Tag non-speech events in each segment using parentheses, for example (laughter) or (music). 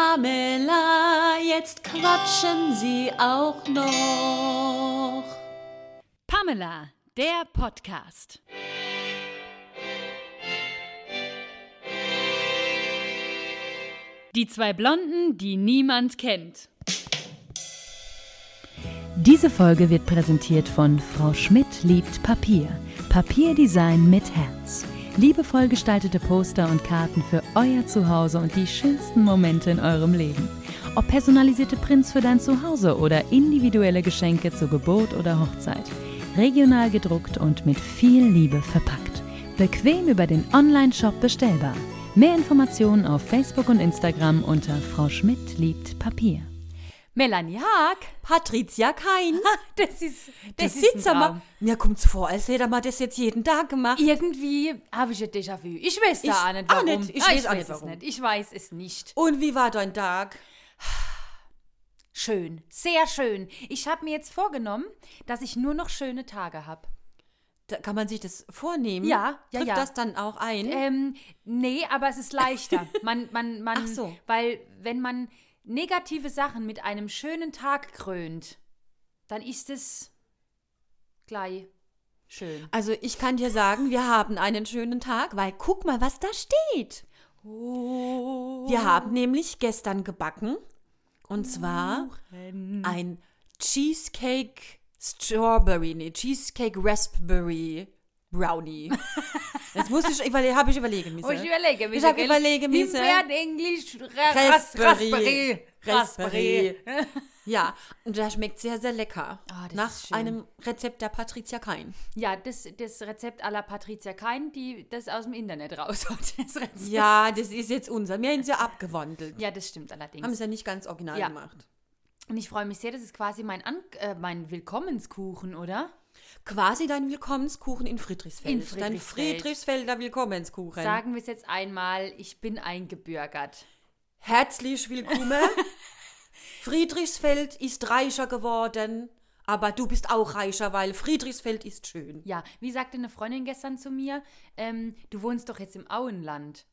Pamela, jetzt quatschen Sie auch noch. Pamela, der Podcast. Die zwei Blonden, die niemand kennt. Diese Folge wird präsentiert von Frau Schmidt liebt Papier. Papierdesign mit Herz. Liebevoll gestaltete Poster und Karten für euer Zuhause und die schönsten Momente in eurem Leben. Ob personalisierte Prints für dein Zuhause oder individuelle Geschenke zur Geburt oder Hochzeit. Regional gedruckt und mit viel Liebe verpackt. Bequem über den Online-Shop bestellbar. Mehr Informationen auf Facebook und Instagram unter Frau Schmidt liebt Papier. Melanie Haag. Patricia Kein. (laughs) Das ist, Das, sieht's aber. Mir kommt's vor, als hätte man das jetzt jeden Tag gemacht. Irgendwie habe ich ein Déjà-vu. Ich weiß Ich da auch nicht auch warum. nicht. Ich weiß auch nicht, es warum. nicht. Ich weiß es nicht. Und wie war dein Tag? Schön, sehr schön. Ich habe mir jetzt vorgenommen, dass ich nur noch schöne Tage habe. Da kann man sich das vornehmen? Ja, ja, Trifft ja. das dann auch ein? Ähm, nee, aber es (laughs) ist leichter. Man, man, man, Ach so. Weil wenn man negative Sachen mit einem schönen Tag krönt, dann ist es gleich schön. Also ich kann dir sagen, wir haben einen schönen Tag, weil guck mal, was da steht. Oh. Wir haben nämlich gestern gebacken und zwar ein Cheesecake Strawberry, nee, Cheesecake Raspberry (laughs) Brownie. Das muss ich, weil habe ich überlegen müssen. Oh, ich überlege mich. Ich habe überlege müssen. Englisch, Raspberry. Raspberry. Raspberry. Ja, und das schmeckt sehr, sehr lecker. Ah, das Nach ist schön. einem Rezept der Patricia Kein. Ja, das, das Rezept à la Patricia Kein, die das aus dem Internet raus (laughs) hat. Das Rezept. Ja, das ist jetzt unser. Wir haben es ja abgewandelt. ja, das stimmt Haben allerdings. es ja nicht ganz original Ja. gemacht. Und ich freue mich sehr, das ist quasi mein, An äh, mein Willkommenskuchen, oder? Quasi dein Willkommenskuchen in Friedrichsfeld. In Dein Friedrichsfeld. Friedrichsfelder Willkommenskuchen. Sagen wir es jetzt einmal, ich bin eingebürgert. Herzlich (laughs) willkommen. Friedrichsfeld ist reicher geworden, aber du bist auch reicher, weil Friedrichsfeld ist schön. Ja, wie sagte eine Freundin gestern zu mir, ähm, du wohnst doch jetzt im Auenland.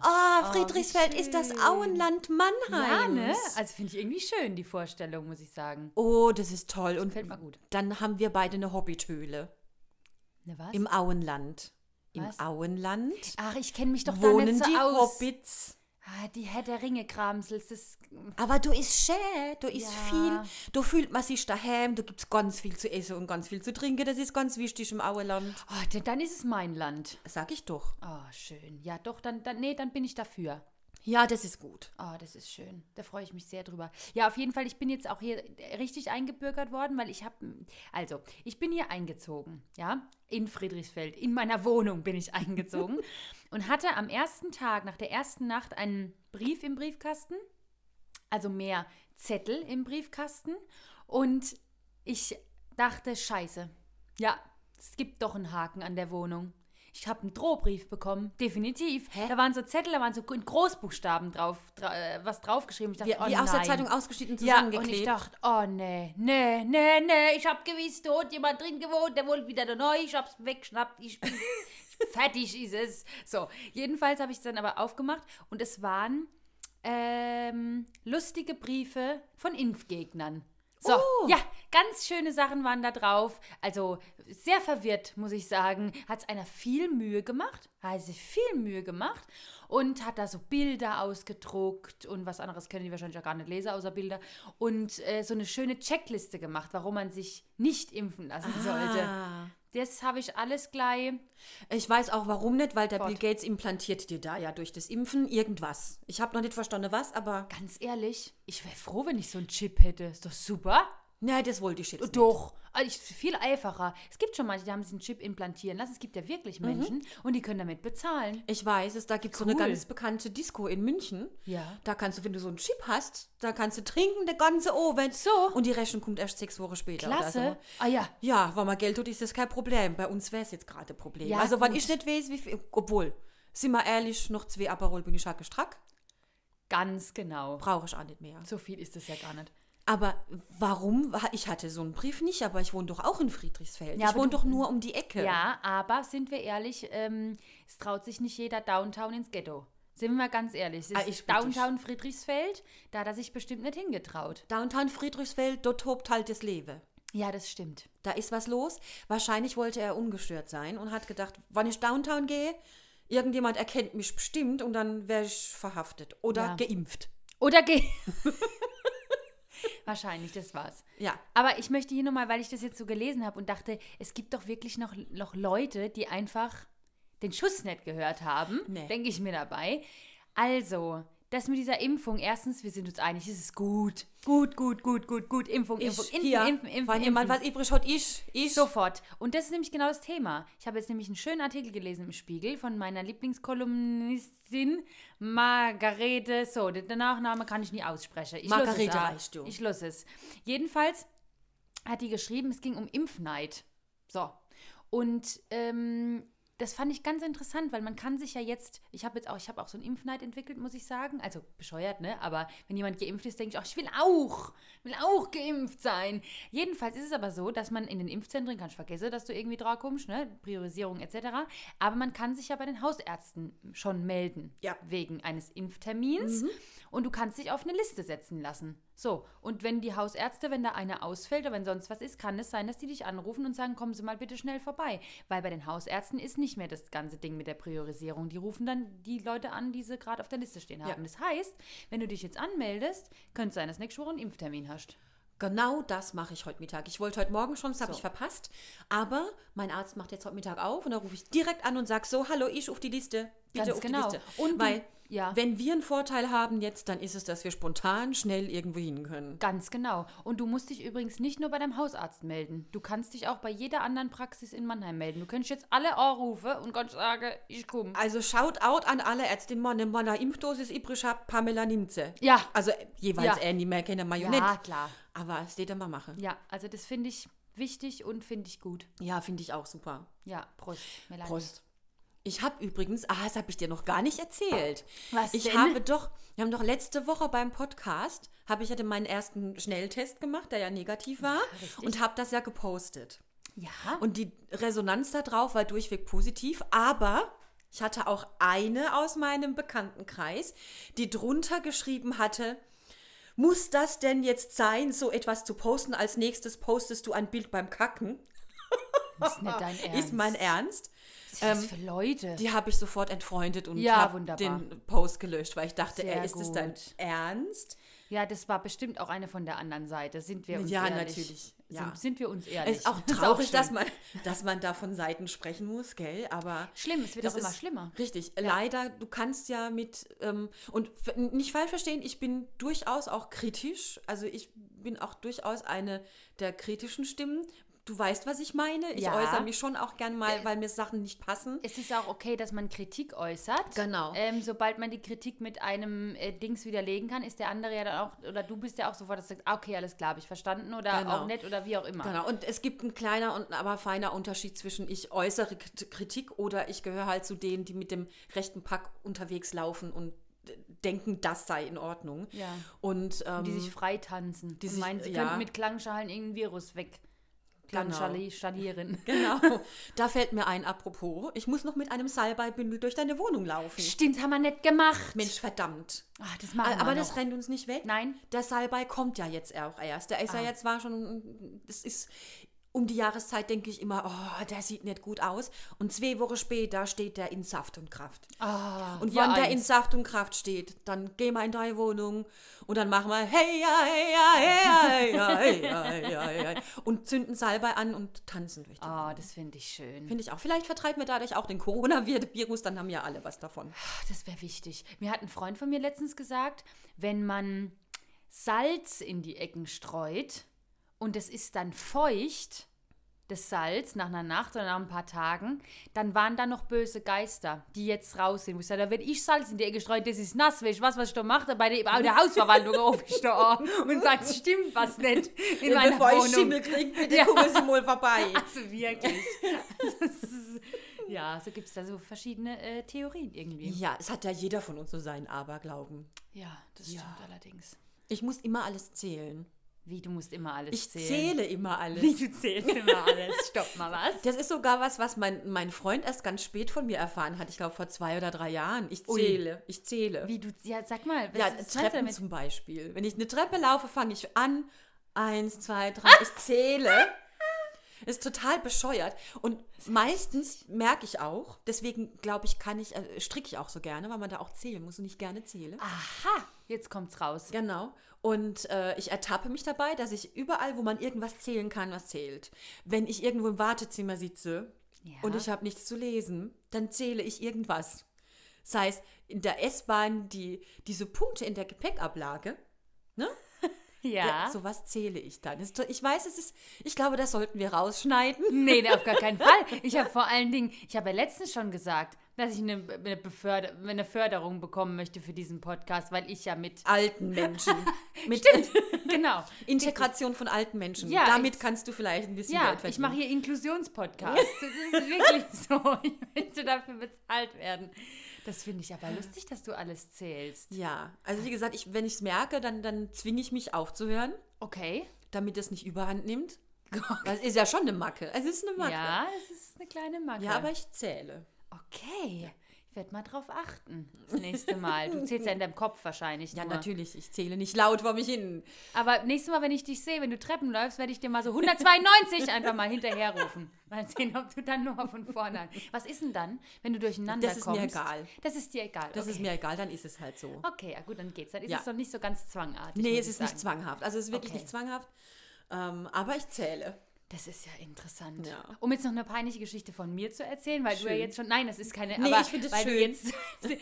Ah, Friedrichsfeld ist das Auenland Ja, Mannheim. ne? Also finde ich irgendwie schön, die Vorstellung, muss ich sagen. Oh, das ist toll. Und Fällt mal gut. dann haben wir beide eine Hobbithöhle Ne, was? im Auenland. Was? Im Auenland Ach, ich kenne mich doch da wohnen nicht so die aus. Hobbits. Ah, die Herr der Ringe Kramsels, das Aber du ist schön, du ist Ja. viel, du fühlt man sich daheim, du gibst ganz viel zu essen und ganz viel zu trinken, das ist ganz wichtig im Auenland. oh, denn dann ist es mein Land. Sag ich doch. Oh, schön. Ja, doch, dann, dann nee, dann bin ich dafür. Ja, das ist gut. Oh, das ist schön. Da freue ich mich sehr drüber. Ja, auf jeden Fall, ich bin jetzt auch hier äh, richtig eingebürgert worden, weil ich habe, also, ich bin hier eingezogen, ja, in Friedrichsfeld. In meiner Wohnung bin ich eingezogen und hatte am ersten Tag, nach der ersten Nacht, einen Brief im Briefkasten, also mehr Zettel im Briefkasten. Und ich dachte, scheiße, ja, es gibt doch einen Haken an der Wohnung. Ich habe einen Drohbrief bekommen, definitiv. Da waren so Zettel, da waren so in Großbuchstaben drauf, dra äh, was draufgeschrieben. Ich dachte, Wie, oh wie nein. aus der Zeitung ausgeschnitten Ja, und ich zusammengeklebt. dachte, oh nee, nee, nee, nee, ich hab gewiss, da hat jemand drin gewohnt, der wollte wieder da neu, ich hab's weggeschnappt, (laughs) ich bin fertig ist es. So, jedenfalls habe ich es dann aber aufgemacht und es waren ähm, lustige Briefe von Impfgegnern. So, Oh. ja, ganz schöne Sachen waren da drauf. Also sehr verwirrt, muss ich sagen. Hat es einer viel Mühe gemacht, hat sich viel Mühe gemacht und hat da so Bilder ausgedruckt und was anderes können die wahrscheinlich auch gar nicht lesen, außer Bilder. Und äh, so eine schöne Checkliste gemacht, warum man sich nicht impfen lassen sollte. Ah. Das habe ich alles gleich Ich weiß auch warum nicht, weil der Fort. Bill Gates implantiert dir da ja durch das Impfen irgendwas. Ich habe noch nicht verstanden, was, aber. Ganz ehrlich, ich wäre froh, wenn ich so einen Chip hätte. Ist doch super. Nein, das wollte ich jetzt nicht. Doch. Also ich- viel einfacher. Es gibt schon manche, die haben sich einen Chip implantieren lassen. Es gibt ja wirklich Menschen und die können damit bezahlen. Ich weiß es, da gibt es so eine Cool. ganz bekannte Disco in München. Ja. Da kannst du, wenn du so einen Chip hast, da kannst du trinken, der ganze Ofen. So. Und die Rechnung kommt erst sechs Wochen später. Oder Klasse. so. Ah ja. Ja, wenn man Geld tut, ist das kein Problem. Bei uns wäre es jetzt gerade ein Problem. Ja, also, wenn gut. ich nicht weiß, wie viel. Obwohl, sind wir ehrlich, noch zwei Aperol bin ich hacke strack. Ganz genau. Brauche ich auch nicht mehr. So viel ist es ja gar nicht. Aber warum? war- Ich hatte so einen Brief nicht, aber ich wohne doch auch in Friedrichsfeld. Ja, ich aber wohne du- doch nur um die Ecke. Ja, aber sind wir ehrlich, ähm, es traut sich nicht jeder Downtown ins Ghetto. Sind wir mal ganz ehrlich. Es Ah, ist ich- Downtown Friedrichsfeld, da hat er sich bestimmt nicht hingetraut. Downtown Friedrichsfeld, dort tobt halt das Leben. Ja, das stimmt. Da ist was los. Wahrscheinlich wollte er ungestört sein und hat gedacht, wann ich Downtown gehe, irgendjemand erkennt mich bestimmt und dann wäre ich verhaftet oder Ja. geimpft. Oder geh. (laughs) Wahrscheinlich, das war's. Ja. Aber ich möchte hier nochmal, weil ich das jetzt so gelesen habe und dachte, es gibt doch wirklich noch, noch Leute, die einfach den Schuss nicht gehört haben, Nee. denke ich mir dabei. Also, das mit dieser Impfung, erstens, wir sind uns einig, es ist gut. Gut, gut, gut, gut, gut. Impfung, Impfung, ich Impfen, hier, Impfen, Impfen. wenn jemand impfen. was übrig hat, ich, ich. Sofort. Und das ist nämlich genau das Thema. Ich habe jetzt nämlich einen schönen Artikel gelesen im Spiegel von meiner Lieblingskolumnistin Margarete. So, den Nachname kann ich nie aussprechen. Ich lass es Margarete auch. reicht, du. Ich los es. Jedenfalls hat die geschrieben, es ging um Impfneid. So. Und ähm, das fand ich ganz interessant, weil man kann sich ja jetzt, ich habe jetzt auch, ich habe auch so einen Impfneid entwickelt, muss ich sagen. Also bescheuert, ne? Aber wenn jemand geimpft ist, denke ich auch, ich will auch, will auch geimpft sein. Jedenfalls ist es aber so, dass man in den Impfzentren, kannst vergessen, dass du irgendwie drauf kommst, ne? Priorisierung etc. Aber man kann sich ja bei den Hausärzten schon melden. Ja. Wegen eines Impftermins. Und du kannst dich auf eine Liste setzen lassen. So, und wenn die Hausärzte, wenn da einer ausfällt oder wenn sonst was ist, kann es sein, dass die dich anrufen und sagen, kommen Sie mal bitte schnell vorbei. Weil bei den Hausärzten ist nicht mehr das ganze Ding mit der Priorisierung. Die rufen dann die Leute an, die sie gerade auf der Liste stehen haben. Ja. Das heißt, wenn du dich jetzt anmeldest, könnte es sein, dass nächste Woche einen Impftermin hast. Genau das mache ich heute Mittag. Ich wollte heute Morgen schon, das habe So. ich verpasst. Aber mein Arzt macht jetzt heute Mittag auf und da rufe ich direkt an und sage so, hallo, ich auf die Liste. Bitte Ganz auf genau. die Liste. Und Und du- Weil, ja. wenn wir einen Vorteil haben jetzt, dann ist es, dass wir spontan schnell irgendwo hin können. Ganz genau. Und du musst dich übrigens nicht nur bei deinem Hausarzt melden. Du kannst dich auch bei jeder anderen Praxis in Mannheim melden. Du könntest jetzt alle anrufen und kannst sagen, ich komme. Also Shoutout an alle Ärztinnen, Mann, wenn man eine Impfdosis übrig hat, Pamela nimmt sie. Ja. Also jeweils Ja. ja. eine, mehr keine Marionette. Ja, klar. Aber es steht immer machen. Ja, also das finde ich wichtig und finde ich gut. Ja, finde ich auch super. Ja, Prost, Melanie. Prost. Ich habe übrigens, ah, das habe ich dir noch gar nicht erzählt. Was ich denn? habe doch, wir haben doch letzte Woche beim Podcast, habe ich hatte meinen ersten Schnelltest gemacht, der ja negativ war, und habe das ja gepostet. Ja. Und die Resonanz da drauf war durchweg positiv, aber ich hatte auch eine aus meinem Bekanntenkreis, die drunter geschrieben hatte, muss das denn jetzt sein, so etwas zu posten? Als nächstes postest du ein Bild beim Kacken. das ist nicht dein Ernst. (laughs) Ist mein Ernst. Was ähm, für Leute? Die habe ich sofort entfreundet und Ja, habe wunderbar. den Post gelöscht, weil ich dachte, Sehr ey, ist das dein gut. Ernst? ja, das war bestimmt auch eine von der anderen Seite. Sind wir uns Ja, ehrlich? natürlich. Ja. Sind, sind wir uns Es ehrlich? (laughs) ist auch Das traurig, schlimm. dass, man, dass man da von Seiten sprechen muss, gell? Aber Schlimm, es wird das auch immer ist schlimmer. Richtig. Leider, du kannst ja mit, ähm, und f- nicht falsch verstehen, ich bin durchaus auch kritisch. Also ich bin auch durchaus eine der kritischen Stimmen. Du weißt, was ich meine. Ich Ja. Äh, äußere mich schon auch gern mal, weil mir Sachen nicht passen. Es ist auch okay, dass man Kritik äußert. Genau. Ähm, sobald man die Kritik mit einem äh, Dings widerlegen kann, ist der andere ja dann auch, oder du bist ja auch sofort, dass du sagst, ah, okay, alles klar, habe ich verstanden oder Genau. auch nett oder wie auch immer. Genau, und es gibt ein kleiner und aber feiner Unterschied zwischen ich äußere K- Kritik oder ich gehöre halt zu denen, die mit dem rechten Pack unterwegs laufen und d- denken, das sei in Ordnung. Ja. Und ähm, Die sich äh, freitanzen. Die sich- meinen, sie ja. könnten mit Klangschalen irgendein Virus weg. Genau. Klangschalieren. (laughs) (laughs) genau, da fällt mir ein, apropos, ich muss noch mit einem Salbeibündel durch deine Wohnung laufen. Stimmt, haben wir nicht gemacht. Mensch, verdammt. Ach, Ah, das machen aber wir das noch. rennt uns nicht weg. Nein. Ah. Der Salbei kommt ja jetzt auch erst. Der ist ja jetzt war schon, das ist um die Jahreszeit denke ich immer, oh, der sieht nicht gut aus. Und zwei Wochen später steht der in Saft und Kraft. Ah, und ja, wenn der in eins. Saft und Kraft steht, dann gehen wir in deine Wohnung und dann machen wir hey, ja, hey, ja, hey, ja, hey, ja, hey, ja, hey, ja, und zünden Salbei an und tanzen durch die Ah, das finde ich schön. Finde ich auch. Vielleicht vertreiben wir dadurch auch den Coronavirus, dann haben ja alle was davon. Ach, das wäre wichtig. Mir hat ein Freund von mir letztens gesagt, wenn man Salz in die Ecken streut und es ist dann feucht, das Salz, nach einer Nacht oder nach ein paar Tagen, dann waren da noch böse Geister, die jetzt raus sind. Wo ich sage, wenn ich Salz in die Ecke streue, das ist nass, weißt du was, was ich da mache? Bei der, bei (laughs) der Hausverwaltung rufe ich da an und sage, es stimmt was nicht in meiner Bevor Wohnung. ich Schimmel kriege, bitte (laughs) Ja. gucken Sie mal vorbei. Also wirklich. Also, es ist- ja, so gibt es da so verschiedene äh, Theorien irgendwie. Ja, es hat ja jeder von uns so seinen Aberglauben. Ja, das stimmt allerdings. Ich muss immer alles zählen. Wie, du musst immer alles Ich zählen. zähle immer alles. Wie, du (laughs) zählst immer alles. Stopp mal was. Das ist sogar was, was mein, mein Freund erst ganz spät von mir erfahren hat. Ich glaube, vor zwei oder drei Jahren. Ich Ui. zähle, ich zähle. Wie, du, ja, sag mal. ja, meinst du Treppen damit? zum Beispiel. Wenn ich eine Treppe laufe, fange ich an. Eins, zwei, drei. Ich (laughs) zähle. Ist total bescheuert. Und meistens merke ich auch, deswegen glaube ich, kann ich, äh, stricke ich auch so gerne, weil man da auch zählen muss und ich gerne zähle. Aha, jetzt kommt's raus. Genau. Und äh, ich ertappe mich dabei, dass ich überall, wo man irgendwas zählen kann, was zählt. Wenn ich irgendwo im Wartezimmer sitze Ja. und ich habe nichts zu lesen, dann zähle ich irgendwas. Sei es in der S-Bahn die, diese Punkte in der Gepäckablage, Ja. ja, sowas zähle ich dann. Ist, to- ich weiß, es ist, ich glaube, das sollten wir rausschneiden. Nee, nee, auf gar keinen Fall. Ich habe vor allen Dingen, ich habe ja letztens schon gesagt, dass ich eine, eine, Beförder, eine Förderung bekommen möchte für diesen Podcast, weil ich ja (laughs) mit. Alten Menschen. (laughs) Mit Genau. Integration von alten Menschen. Ja, Damit ich- kannst du vielleicht ein bisschen Ja, Geld ich verdienen. mache hier Inklusionspodcast. Das (laughs) ist wirklich so. Ich möchte dafür bezahlt werden. Das finde ich aber lustig, dass du alles zählst. ja, also wie gesagt, ich, wenn ich es merke, dann, dann zwinge ich mich aufzuhören. Okay. damit es nicht überhand (laughs) nimmt. Das ist ja schon eine Macke. Es ist eine Macke. Ja, es ist eine kleine Macke. Ja, aber ich zähle. Okay. Ich werde mal drauf achten. Das nächste Mal. Du zählst ja in deinem Kopf wahrscheinlich. Ja, nur. natürlich. Ich zähle nicht laut vor mich hin. Aber nächstes Mal, wenn ich dich sehe, wenn du Treppen läufst, werde ich dir mal (laughs) so 192 einfach mal hinterherrufen. Mal sehen, ob du dann nochmal von vorne an. Was ist denn dann, wenn du durcheinander Das ist mir kommst? egal. Das ist dir egal. Das okay. ist mir egal, dann ist es halt so. Okay, ja gut, dann geht's. Dann ist Ja. es doch nicht so ganz zwangartig. nee, muss es ich ist nicht sagen. zwanghaft. Also es ist wirklich Okay. nicht zwanghaft. Ähm, aber ich zähle. Das ist ja interessant. Ja. Um jetzt noch eine peinliche Geschichte von mir zu erzählen, weil du Schön. ja jetzt schon. Nein, das ist keine. Nee, aber ich finde es weil Du schön. jetzt, (laughs)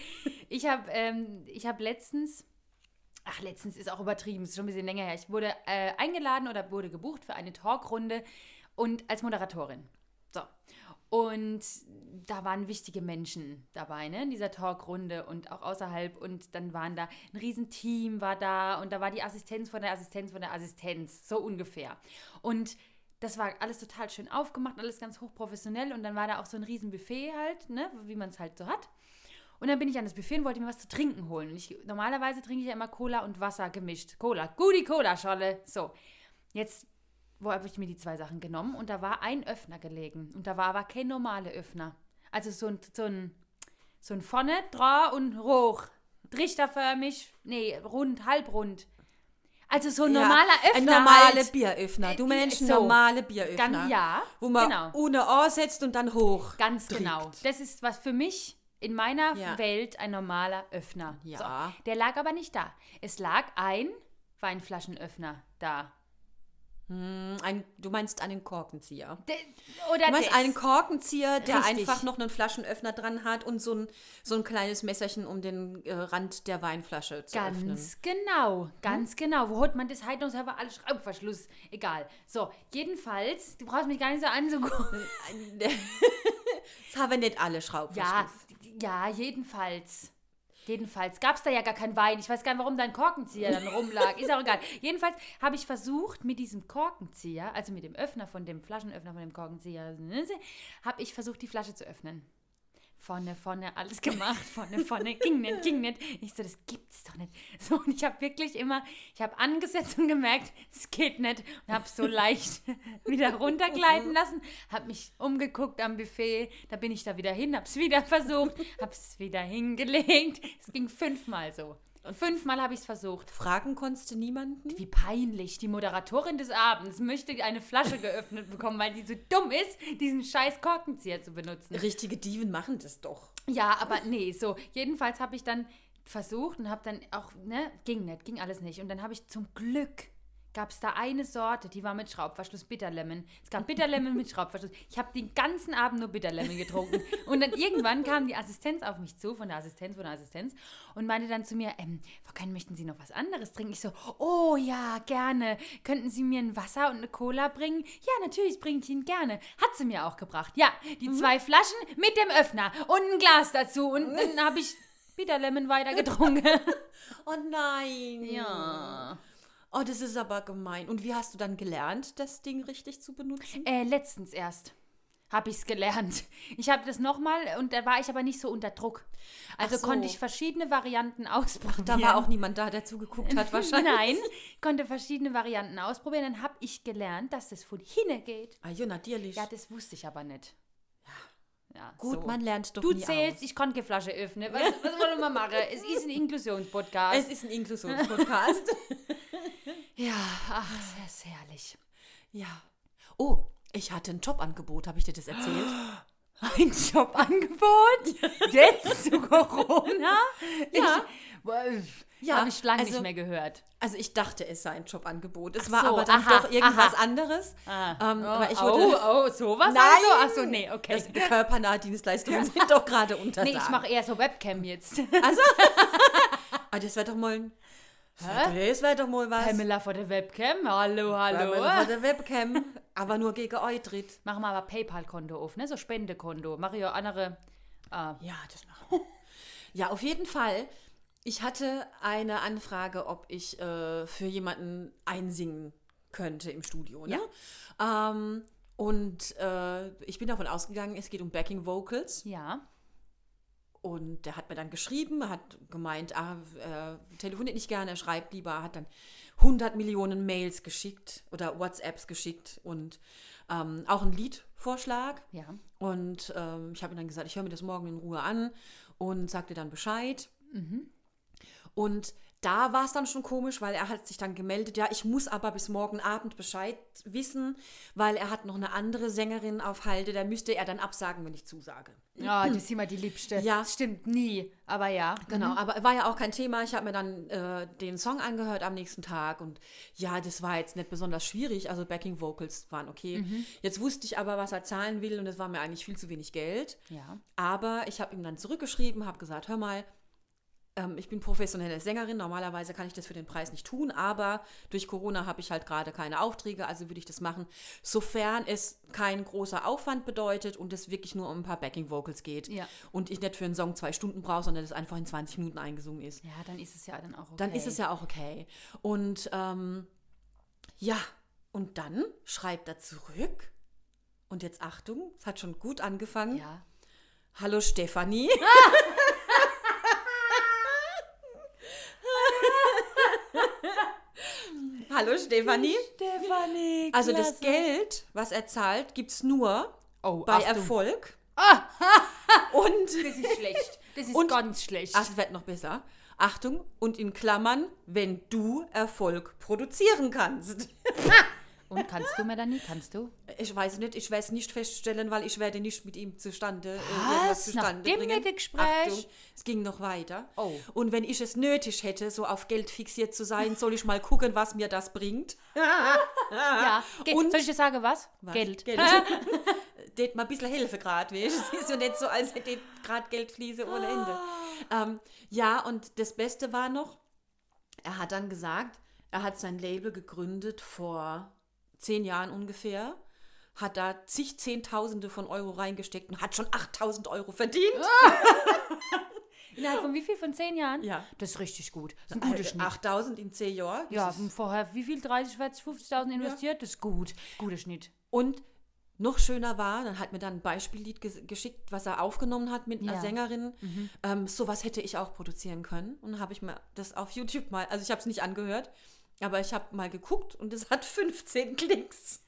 ich habe ähm, ich hab letztens. Ach, letztens ist auch übertrieben, ist schon ein bisschen länger her. Ich wurde äh, eingeladen oder wurde gebucht für eine Talkrunde und als Moderatorin. So. Und da waren wichtige Menschen dabei, ne, in dieser Talkrunde und auch außerhalb. Und dann waren da ein Riesenteam war da und da war die Assistenz von der Assistenz von der Assistenz, so ungefähr. Und das war alles total schön aufgemacht, alles ganz hochprofessionell. Und dann war da auch so ein Riesenbuffet halt, ne, wie man es halt so hat. Und dann bin ich an das Buffet und wollte mir was zu trinken holen. Und ich, normalerweise trinke ich ja immer Cola und Wasser gemischt. Cola, gute Cola-Scholle. So, jetzt wo habe ich mir die zwei Sachen genommen und da war ein Öffner gelegen. Und da war aber kein normaler Öffner. Also so ein, so ein, so ein vorne, dra und hoch. Trichterförmig, nee, rund, halbrund. Also so ein normaler ja, Öffner. Ein normale halt. Bieröffner. Du Äh, Menschen, so. normale Bieröffner. Ganz- ja, Wo man genau. ohne Ohr setzt und dann hoch. Ganz trinkt. genau. Das ist was für mich in meiner Ja. Welt ein normaler Öffner. Ja. So, der lag aber nicht da. Es lag ein Weinflaschenöffner da. Ein, du meinst einen Korkenzieher. De, oder Du meinst des. einen Korkenzieher, der Richtig. einfach noch einen Flaschenöffner dran hat und so ein, so ein kleines Messerchen, um den äh, Rand der Weinflasche zu Ganz öffnen. Mhm. genau, ganz genau. Wo holt man das halt noch selber alles Schraubverschluss? Egal. So, jedenfalls, du brauchst mich gar nicht so anzugucken. Das haben nicht alle Schrauben. Ja, ja, jedenfalls. Jedenfalls gab es da ja gar keinen Wein. Ich weiß gar nicht, warum da ein Korkenzieher dann rumlag. Ist auch egal. Jedenfalls habe ich versucht, mit diesem Korkenzieher, also mit dem Öffner von dem Flaschenöffner von dem Korkenzieher, ne, habe ich versucht, die Flasche zu öffnen. Vorne, vorne, alles gemacht. Vorne, vorne, ging nicht, ging nicht. Ich so, das gibt's doch nicht. So, und ich habe wirklich immer, ich habe angesetzt und gemerkt, es geht nicht. Und habe so leicht (laughs) wieder runtergleiten lassen. Habe mich umgeguckt am Buffet. Da bin ich da wieder hin, habe es wieder versucht, habe es wieder hingelegt. Es ging fünfmal so. Und fünfmal habe ich es versucht. Fragen konntest du niemanden? Wie peinlich. Die Moderatorin des Abends möchte eine Flasche geöffnet bekommen, weil sie so dumm ist, diesen scheiß Korkenzieher zu benutzen. Richtige Dieven machen das doch. Ja, aber nee, so. Jedenfalls habe ich dann versucht und habe dann auch, ne, ging nicht, ging alles nicht. Und dann habe ich zum Glück, gab es da eine Sorte, die war mit Schraubverschluss Bitterlemon. Es gab Bitterlemon mit Schraubverschluss. Ich habe den ganzen Abend nur Bitterlemon getrunken. Und dann irgendwann kam die Assistenz auf mich zu, von der Assistenz, von der Assistenz, und meinte dann zu mir, ähm, Frau Kein, möchten Sie noch was anderes trinken? Ich so, oh ja, gerne. Könnten Sie mir ein Wasser und eine Cola bringen? Ja, natürlich bringe ich Ihnen gerne. Hat sie mir auch gebracht. Ja, Mhm. die zwei Flaschen mit dem Öffner und ein Glas dazu. Und (laughs) dann habe ich wieder Lemon weiter getrunken. Oh nein. ja. Oh, das ist aber gemein. Und wie hast du dann gelernt, das Ding richtig zu benutzen? Äh, letztens erst. habe ich es gelernt. Ich habe das nochmal und da war ich aber nicht so unter Druck. Also so. konnte ich verschiedene Varianten ausprobieren. Da war auch niemand da, der zugeguckt (laughs) hat wahrscheinlich. Nein, konnte verschiedene Varianten ausprobieren. Dann habe ich gelernt, dass das von hinten geht. Ah, ja, natürlich. Ja, das wusste ich aber nicht. Ja, Gut, so. man lernt doch Du nie zählst, ich konnte keine Flasche öffnen. (laughs) Was, was wollen wir machen? Es ist ein Aus. Inklusionspodcast. Es ist ein (laughs) Inklusionspodcast. Ja, ach, sehr, sehr herrlich. ja. Oh, ich hatte ein Jobangebot, habe ich dir das erzählt? Ein Jobangebot? (laughs) Jetzt zu Corona? Ja. Ich, Ja, ja, habe ich lange also- nicht mehr gehört. Also ich dachte, es sei ein Jobangebot. Es Ach war so, aber dann aha, doch irgendwas aha. anderes. Ah. Ähm, oh, aber ich oh, wurde- oh, sowas Nein! also? Ach so, nee, okay. Das körpernahe (laughs) Dienstleistungen sind doch gerade untersagt. nee, ich mache eher so Webcam jetzt. Ah, das wäre doch mal ein... Das wäre doch mal was. Pamela vor der Webcam, hallo, Pamela vor hallo. der Webcam. aber nur gegen Eutritt. Machen wir aber PayPal-Konto auf, ne? So Spendekonto. Mache ich auch andere... Ah, Ja, das machen wir. Ja, auf jeden Fall. Ich hatte eine Anfrage, ob ich äh, für jemanden einsingen könnte im Studio. Ne? Ähm, und äh, ich bin davon ausgegangen, es geht um Backing Vocals. ja. Und der hat mir dann geschrieben, hat gemeint, ah, äh, telefoniert nicht gerne, er schreibt lieber, hat dann 100 Millionen Mails geschickt oder WhatsApps geschickt und ähm, auch einen Liedvorschlag. Ja. Und ähm, ich habe ihm dann gesagt, ich höre mir das morgen in Ruhe an und sagte dann Bescheid. Und da war es dann schon komisch, weil er hat sich dann gemeldet, ja, ich muss aber bis morgen Abend Bescheid wissen, weil er hat noch eine andere Sängerin auf Halde, da müsste er dann absagen, wenn ich zusage. Ja, das ist immer Ah, die Liebste. Ja. Das stimmt nie. Aber ja. Genau, aber war ja auch kein Thema. Ich habe mir dann äh, den Song angehört am nächsten Tag und ja, das war jetzt nicht besonders schwierig. Also Backing Vocals waren okay. Jetzt wusste ich aber, was er zahlen will und das war mir eigentlich viel zu wenig Geld. Ja. Aber ich habe ihm dann zurückgeschrieben, habe gesagt, hör mal, ähm, ich bin professionelle Sängerin, normalerweise kann ich das für den Preis nicht tun, aber durch Corona habe ich halt gerade keine Aufträge, also würde ich das machen, sofern es kein großer Aufwand bedeutet und es wirklich nur um ein paar Backing Vocals geht Ja. und ich nicht für einen Song zwei Stunden brauche, sondern das einfach in 20 Minuten eingesungen ist. Ja, dann ist es ja dann auch okay. Dann ist es ja auch okay. Und ähm, ja, und dann schreibt er zurück. Und jetzt Achtung, es hat schon gut angefangen. Ja. Hallo Stefanie. (laughs) Hallo Stefanie. Stefanie. Also das Geld, was er zahlt, gibt es nur Oh, bei Achtung. Ah. Erfolg. (laughs) Und Das ist schlecht. Das ist Und- ganz schlecht. ach, es wird noch besser. Achtung, und in Klammern, wenn du Erfolg produzieren kannst. Und kannst du, Melanie? Kannst du? Ich weiß nicht, ich werde es nicht feststellen, weil ich werde nicht mit ihm zustande, äh, Was? irgendwas zustande Nach dem bringen. Nettgespräch? es ging noch weiter. Oh. Und wenn ich es nötig hätte, so auf Geld fixiert zu sein, soll ich mal gucken, was mir das bringt. ja. Ge und- Soll ich dir sagen, was? Geld. (laughs) Geld. (laughs) det mal ein bisschen Hilfe gerade, weißt du? Es ist ja nicht so, als hätte gerade Geld fließe ohne Ah. Ende. Ähm, ja, und das Beste war noch, er hat dann gesagt, er hat sein Label gegründet vor zehn Jahren ungefähr, hat da zig Zehntausende von Euro reingesteckt und hat schon 8000 Euro verdient. Ah. Innerhalb von wie viel? Von zehn Jahren? Ja. Das ist richtig gut. Das ist ein guter Schnitt. 8000 in zehn Jahren. das Ja, ist- vorher wie viel? 30, 40, 50.000 investiert? Das ist gut. Guter Schnitt. Und noch schöner war, dann hat mir dann ein Beispiellied ges geschickt, was er aufgenommen hat mit einer Ja. Sängerin. Ähm, sowas hätte ich auch produzieren können. Und dann habe ich mir das auf YouTube mal, also ich habe es nicht angehört, aber ich habe mal geguckt und es hat (laughs) 15 Klicks.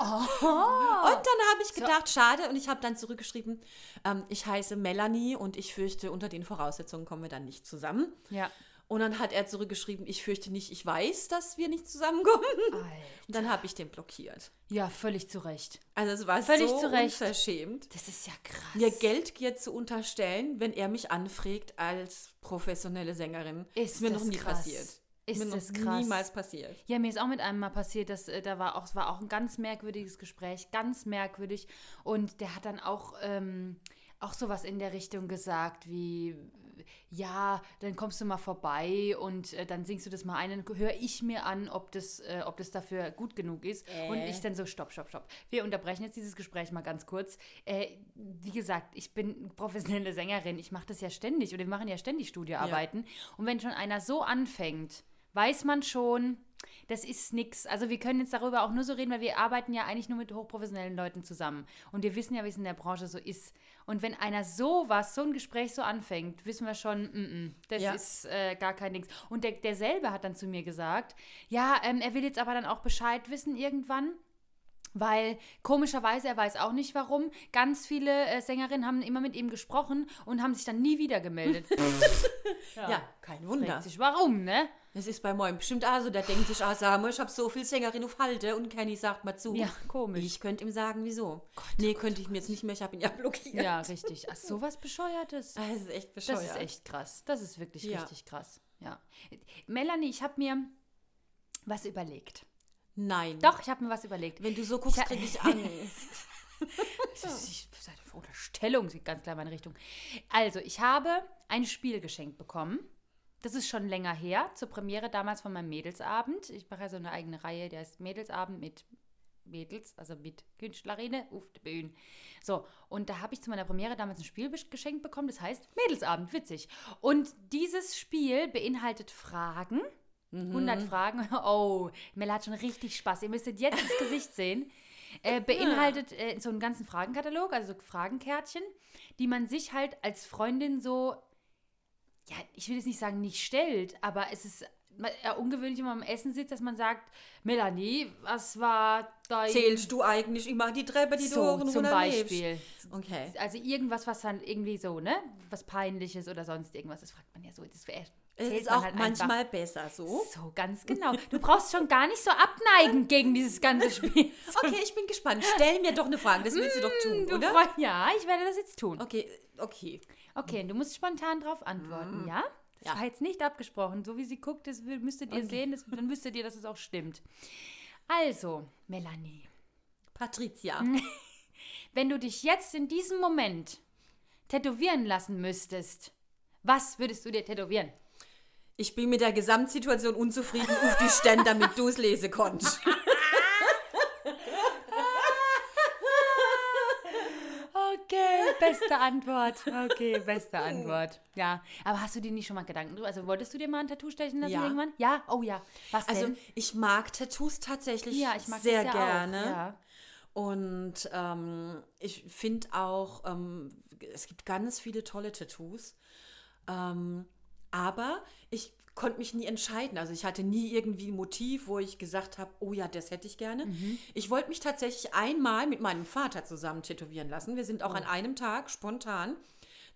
Und dann habe ich gedacht, schade, und ich habe dann zurückgeschrieben, ähm, ich heiße Melanie und ich fürchte, unter den Voraussetzungen kommen wir dann nicht zusammen. Ja. Und dann hat er zurückgeschrieben, ich fürchte nicht, ich weiß, dass wir nicht zusammenkommen. (laughs) Alter. Und dann habe ich den blockiert. Ja, völlig zu Recht. Also es war Völlig so zu Recht. unverschämt. Das ist ja krass. Mir Geldgier zu unterstellen, wenn er mich anfragt als professionelle Sängerin, Ist ist, mir das noch nie krass. passiert. Ist mir noch das krass. niemals passiert. Ja, mir ist auch mit einem mal passiert, dass äh, da war auch, es war auch ein ganz merkwürdiges Gespräch, ganz merkwürdig. Und der hat dann auch, ähm, auch sowas in der Richtung gesagt wie, ja, dann kommst du mal vorbei und äh, dann singst du das mal ein, dann höre ich mir an, ob das, äh, ob das dafür gut genug ist. Und ich dann so, stopp, stopp, stopp. Wir unterbrechen jetzt dieses Gespräch mal ganz kurz. Äh, wie gesagt, ich bin professionelle Sängerin, ich mache das ja ständig und wir machen ja ständig Studioarbeiten. Und wenn schon einer so anfängt, weiß man schon, das ist nix. Also wir können jetzt darüber auch nur so reden, weil wir arbeiten ja eigentlich nur mit hochprofessionellen Leuten zusammen. Und wir wissen ja, wie es in der Branche so ist. Und wenn einer sowas, so ein Gespräch so anfängt, wissen wir schon, mm -mm, das Ja. ist äh, gar kein Dings. Und der, derselbe hat dann zu mir gesagt, ja, ähm, er will jetzt aber dann auch Bescheid wissen irgendwann. Weil komischerweise, er weiß auch nicht warum, ganz viele äh, Sängerinnen haben immer mit ihm gesprochen und haben sich dann nie wieder gemeldet. Ja, kein Fragt Wunder. sich, warum, ne? Das ist bei meinem bestimmt auch so. Da denkt sich, ah, Samuel, ich habe so viel Sängerin auf Halte und Kenny sagt mal zu. Ja, komisch. oh Ich könnte ihm sagen, wieso. nee, könnte ich ihm jetzt nicht mehr, ich habe ihn ja blockiert. Ja, richtig. Ach, sowas Bescheuertes. Das ist echt Ah, bescheuert. Das ist echt krass. Das ist wirklich Ja. richtig krass. Ja. Melanie, ich habe mir was überlegt. Nein. Doch, ich habe mir was überlegt. Wenn du so guckst, Ich- kriege ich (laughs) Angst. Das ist das ist eine Unterstellung, sieht ganz klar in meine Richtung. Also, ich habe ein Spiel geschenkt bekommen. Das ist schon länger her, zur Premiere damals von meinem Mädelsabend. Ich mache ja so eine eigene Reihe, der heißt Mädelsabend mit Mädels, also mit Künstlerinnen auf der Bühne. So, und da habe ich zu meiner Premiere damals ein Spiel besch- geschenkt bekommen, das heißt Mädelsabend, witzig. Und dieses Spiel beinhaltet Fragen, Mhm. 100 Fragen. (laughs) Oh, Mel hat schon richtig Spaß. Ihr müsstet jetzt (laughs) das Gesicht sehen. Äh, beinhaltet Ah. äh, so einen ganzen Fragenkatalog, also so Fragenkärtchen, die man sich halt als Freundin so, ja, ich will jetzt nicht sagen, nicht stellt, aber es ist ja, ungewöhnlich, wenn man am Essen sitzt, dass man sagt, Melanie, was war dein... Zählst du eigentlich immer die Treppe, die du so, hoch und zum runter lebst? Beispiel. Okay. Also irgendwas, was dann irgendwie so, ne? Was Peinliches oder sonst irgendwas, das fragt man ja so. Das erzählt Es ist man auch halt einfach. manchmal besser so. So, ganz genau. Du brauchst schon gar nicht so abneigen gegen dieses ganze Spiel. Okay, ich bin gespannt. Stell mir doch eine Frage, das willst du doch tun, Mm, (laughs) Du oder? Freu- ja, ich werde das jetzt tun. Okay, okay. Okay, du musst spontan drauf antworten, ja? Das Mhm. Ja. war jetzt nicht abgesprochen. So wie sie guckt, das wür- müsstet ihr sehen, das, dann wüsstet ihr, dass es auch stimmt. Also, Melanie, Patricia, Mm. wenn du dich jetzt in diesem Moment tätowieren lassen müsstest, was würdest du dir tätowieren? ich bin mit der Gesamtsituation unzufrieden. Ruf die Stände, damit du es lesen konntest. Okay, beste Antwort. (laughs) Okay, beste Antwort. Ja, aber hast du dir nicht schon mal Gedanken drüber? Also wolltest du dir mal ein Tattoo stechen lassen Ja. irgendwann? Ja, oh ja. Was Also denn? ich mag Tattoos tatsächlich Ja, ich mag sehr das ja gerne. Auch. Ja. Und ähm, ich finde auch, ähm, es gibt ganz viele tolle Tattoos. Ähm, aber ich konnte mich nie entscheiden. Also ich hatte nie irgendwie ein Motiv, wo ich gesagt habe, oh ja, das hätte ich gerne. Ich wollte mich tatsächlich einmal mit meinem Vater zusammen tätowieren lassen. Wir sind auch an einem Tag spontan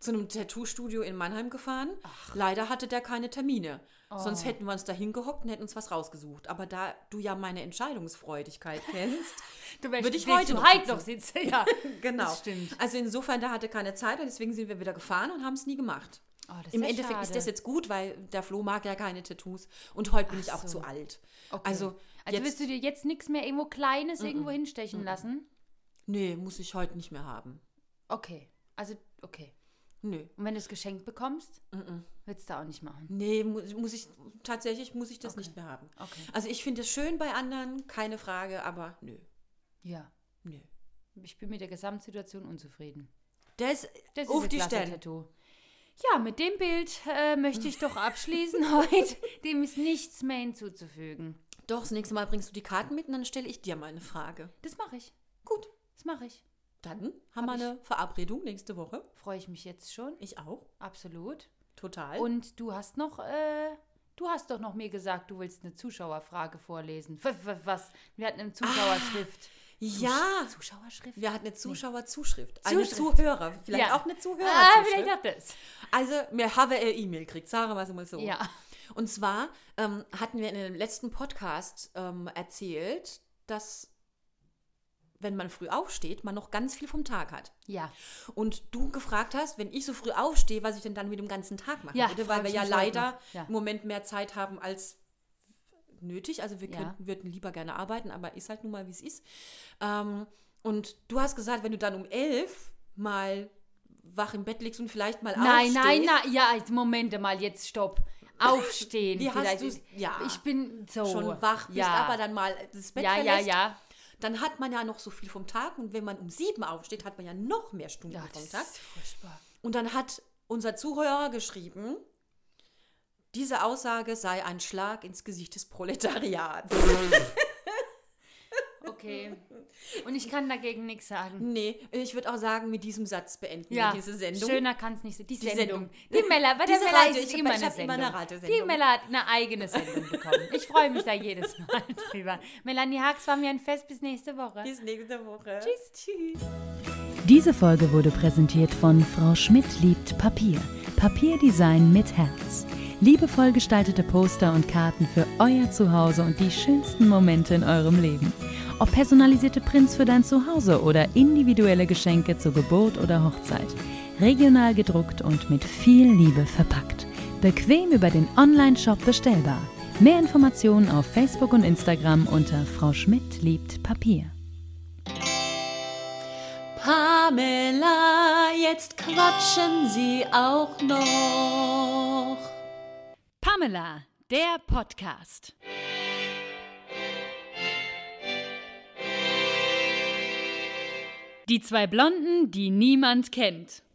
zu einem Tattoo-Studio in Mannheim gefahren. Leider hatte der keine Termine. Sonst hätten wir uns da hingehockt und hätten uns was rausgesucht. Aber da du ja meine Entscheidungsfreudigkeit kennst, Du wärst, Würde ich willst heute du noch heute noch sitzen. (laughs) Ja. Genau. Das stimmt. Also insofern, da hatte keine Zeit und deswegen sind wir wieder gefahren und haben es nie gemacht. Oh, das ist Im ja Endeffekt ist schade. das jetzt gut, weil der Flo mag ja keine Tattoos und heute bin ich auch so. zu alt. Okay. Also, also jetzt, willst du dir jetzt nichts mehr irgendwo Kleines irgendwo hinstechen lassen? nee, muss ich heute nicht mehr haben. Okay. Also, okay. Nö. Und wenn du es geschenkt bekommst, würdest du auch nicht machen. Nee, muss, muss ich, tatsächlich muss ich das nicht mehr haben. Okay. Also ich finde es schön bei anderen, keine Frage, aber nö, Ja. nö. Ich bin mit der Gesamtsituation unzufrieden. Das, Das auf ist die ein klasse Stelle. Tattoo. Ja, mit dem Bild äh, möchte ich doch abschließen (laughs) heute. Dem ist nichts mehr hinzuzufügen. Doch, das nächste Mal bringst du die Karten mit und dann stelle ich dir mal eine Frage. Das mache ich. Gut, Das mache ich. dann haben wir ich- eine Verabredung nächste Woche. Freue ich mich jetzt schon. Ich auch, Absolut. total. Und du hast noch, äh, du hast doch noch mir gesagt, du willst eine Zuschauerfrage vorlesen. W w- was? Wir hatten eine Zuschauerschrift. ja, Zuschauerschrift? Ah. Wir hatten eine Zuschauerzuschrift. Zuschrift. Eine Zuhörer. Vielleicht Ja. auch eine Ah, vielleicht Zuhörerzuschrift. hat das. also, wir haben eine E-Mail gekriegt, sagen wir es mal so. Ja. Und zwar ähm, hatten wir in dem letzten Podcast ähm, erzählt, dass, wenn man früh aufsteht, man noch ganz viel vom Tag hat. Ja. Und du gefragt hast, wenn ich so früh aufstehe, was ich denn dann mit dem ganzen Tag machen Ja, würde, frag weil wir ich ja mich heute leider noch. Ja. im Moment mehr Zeit haben als nötig. Also wir Ja. könnten, würden lieber gerne arbeiten, aber ist halt nun mal, wie es ist. Ähm, und du hast gesagt, wenn du dann um elf mal wach im Bett liegst und vielleicht mal Nein, aufstehst. nein, nein. Ja, jetzt, Moment mal, jetzt (laughs) stopp. Aufstehen. Wie hast vielleicht. du's- ja. Ich bin so. schon wach bist, Oh, ja. aber dann mal das Bett ja, ja, verlässt, ja. dann hat man ja noch so viel vom Tag und wenn man um sieben aufsteht, hat man ja noch mehr Stunden Ja, vom das Tag. ist furchtbar. Und dann hat unser Zuhörer geschrieben, Diese Aussage sei ein Schlag ins Gesicht des Proletariats. (laughs) Okay. Und ich kann dagegen nichts sagen. nee, ich würde auch sagen, mit diesem Satz beenden Ja, wir diese Sendung. schöner kann es nicht sein. Die, Die Sendung. Sendung. Die Mella, bei der Diese Mella Radio- ist ich hab- immer, ich eine hab immer eine Sendung. Radiosendung. Die Mella hat eine eigene Sendung bekommen. Ich freue mich da jedes Mal (laughs) drüber. Melanie Haags war mir ein Fest. Bis nächste Woche. Bis nächste Woche. Tschüss. Tschüss. Diese Folge wurde präsentiert von Frau Schmidt liebt Papier. Papierdesign mit Herz. Liebevoll gestaltete Poster und Karten für euer Zuhause und die schönsten Momente in eurem Leben. Ob personalisierte Prints für dein Zuhause oder individuelle Geschenke zur Geburt oder Hochzeit. Regional gedruckt und mit viel Liebe verpackt. Bequem über den Online-Shop bestellbar. Mehr Informationen auf Facebook und Instagram unter Frau Schmidt liebt Papier. Pamela, jetzt quatschen Sie auch noch. Pamela, der Podcast. Die zwei Blonden, die niemand kennt.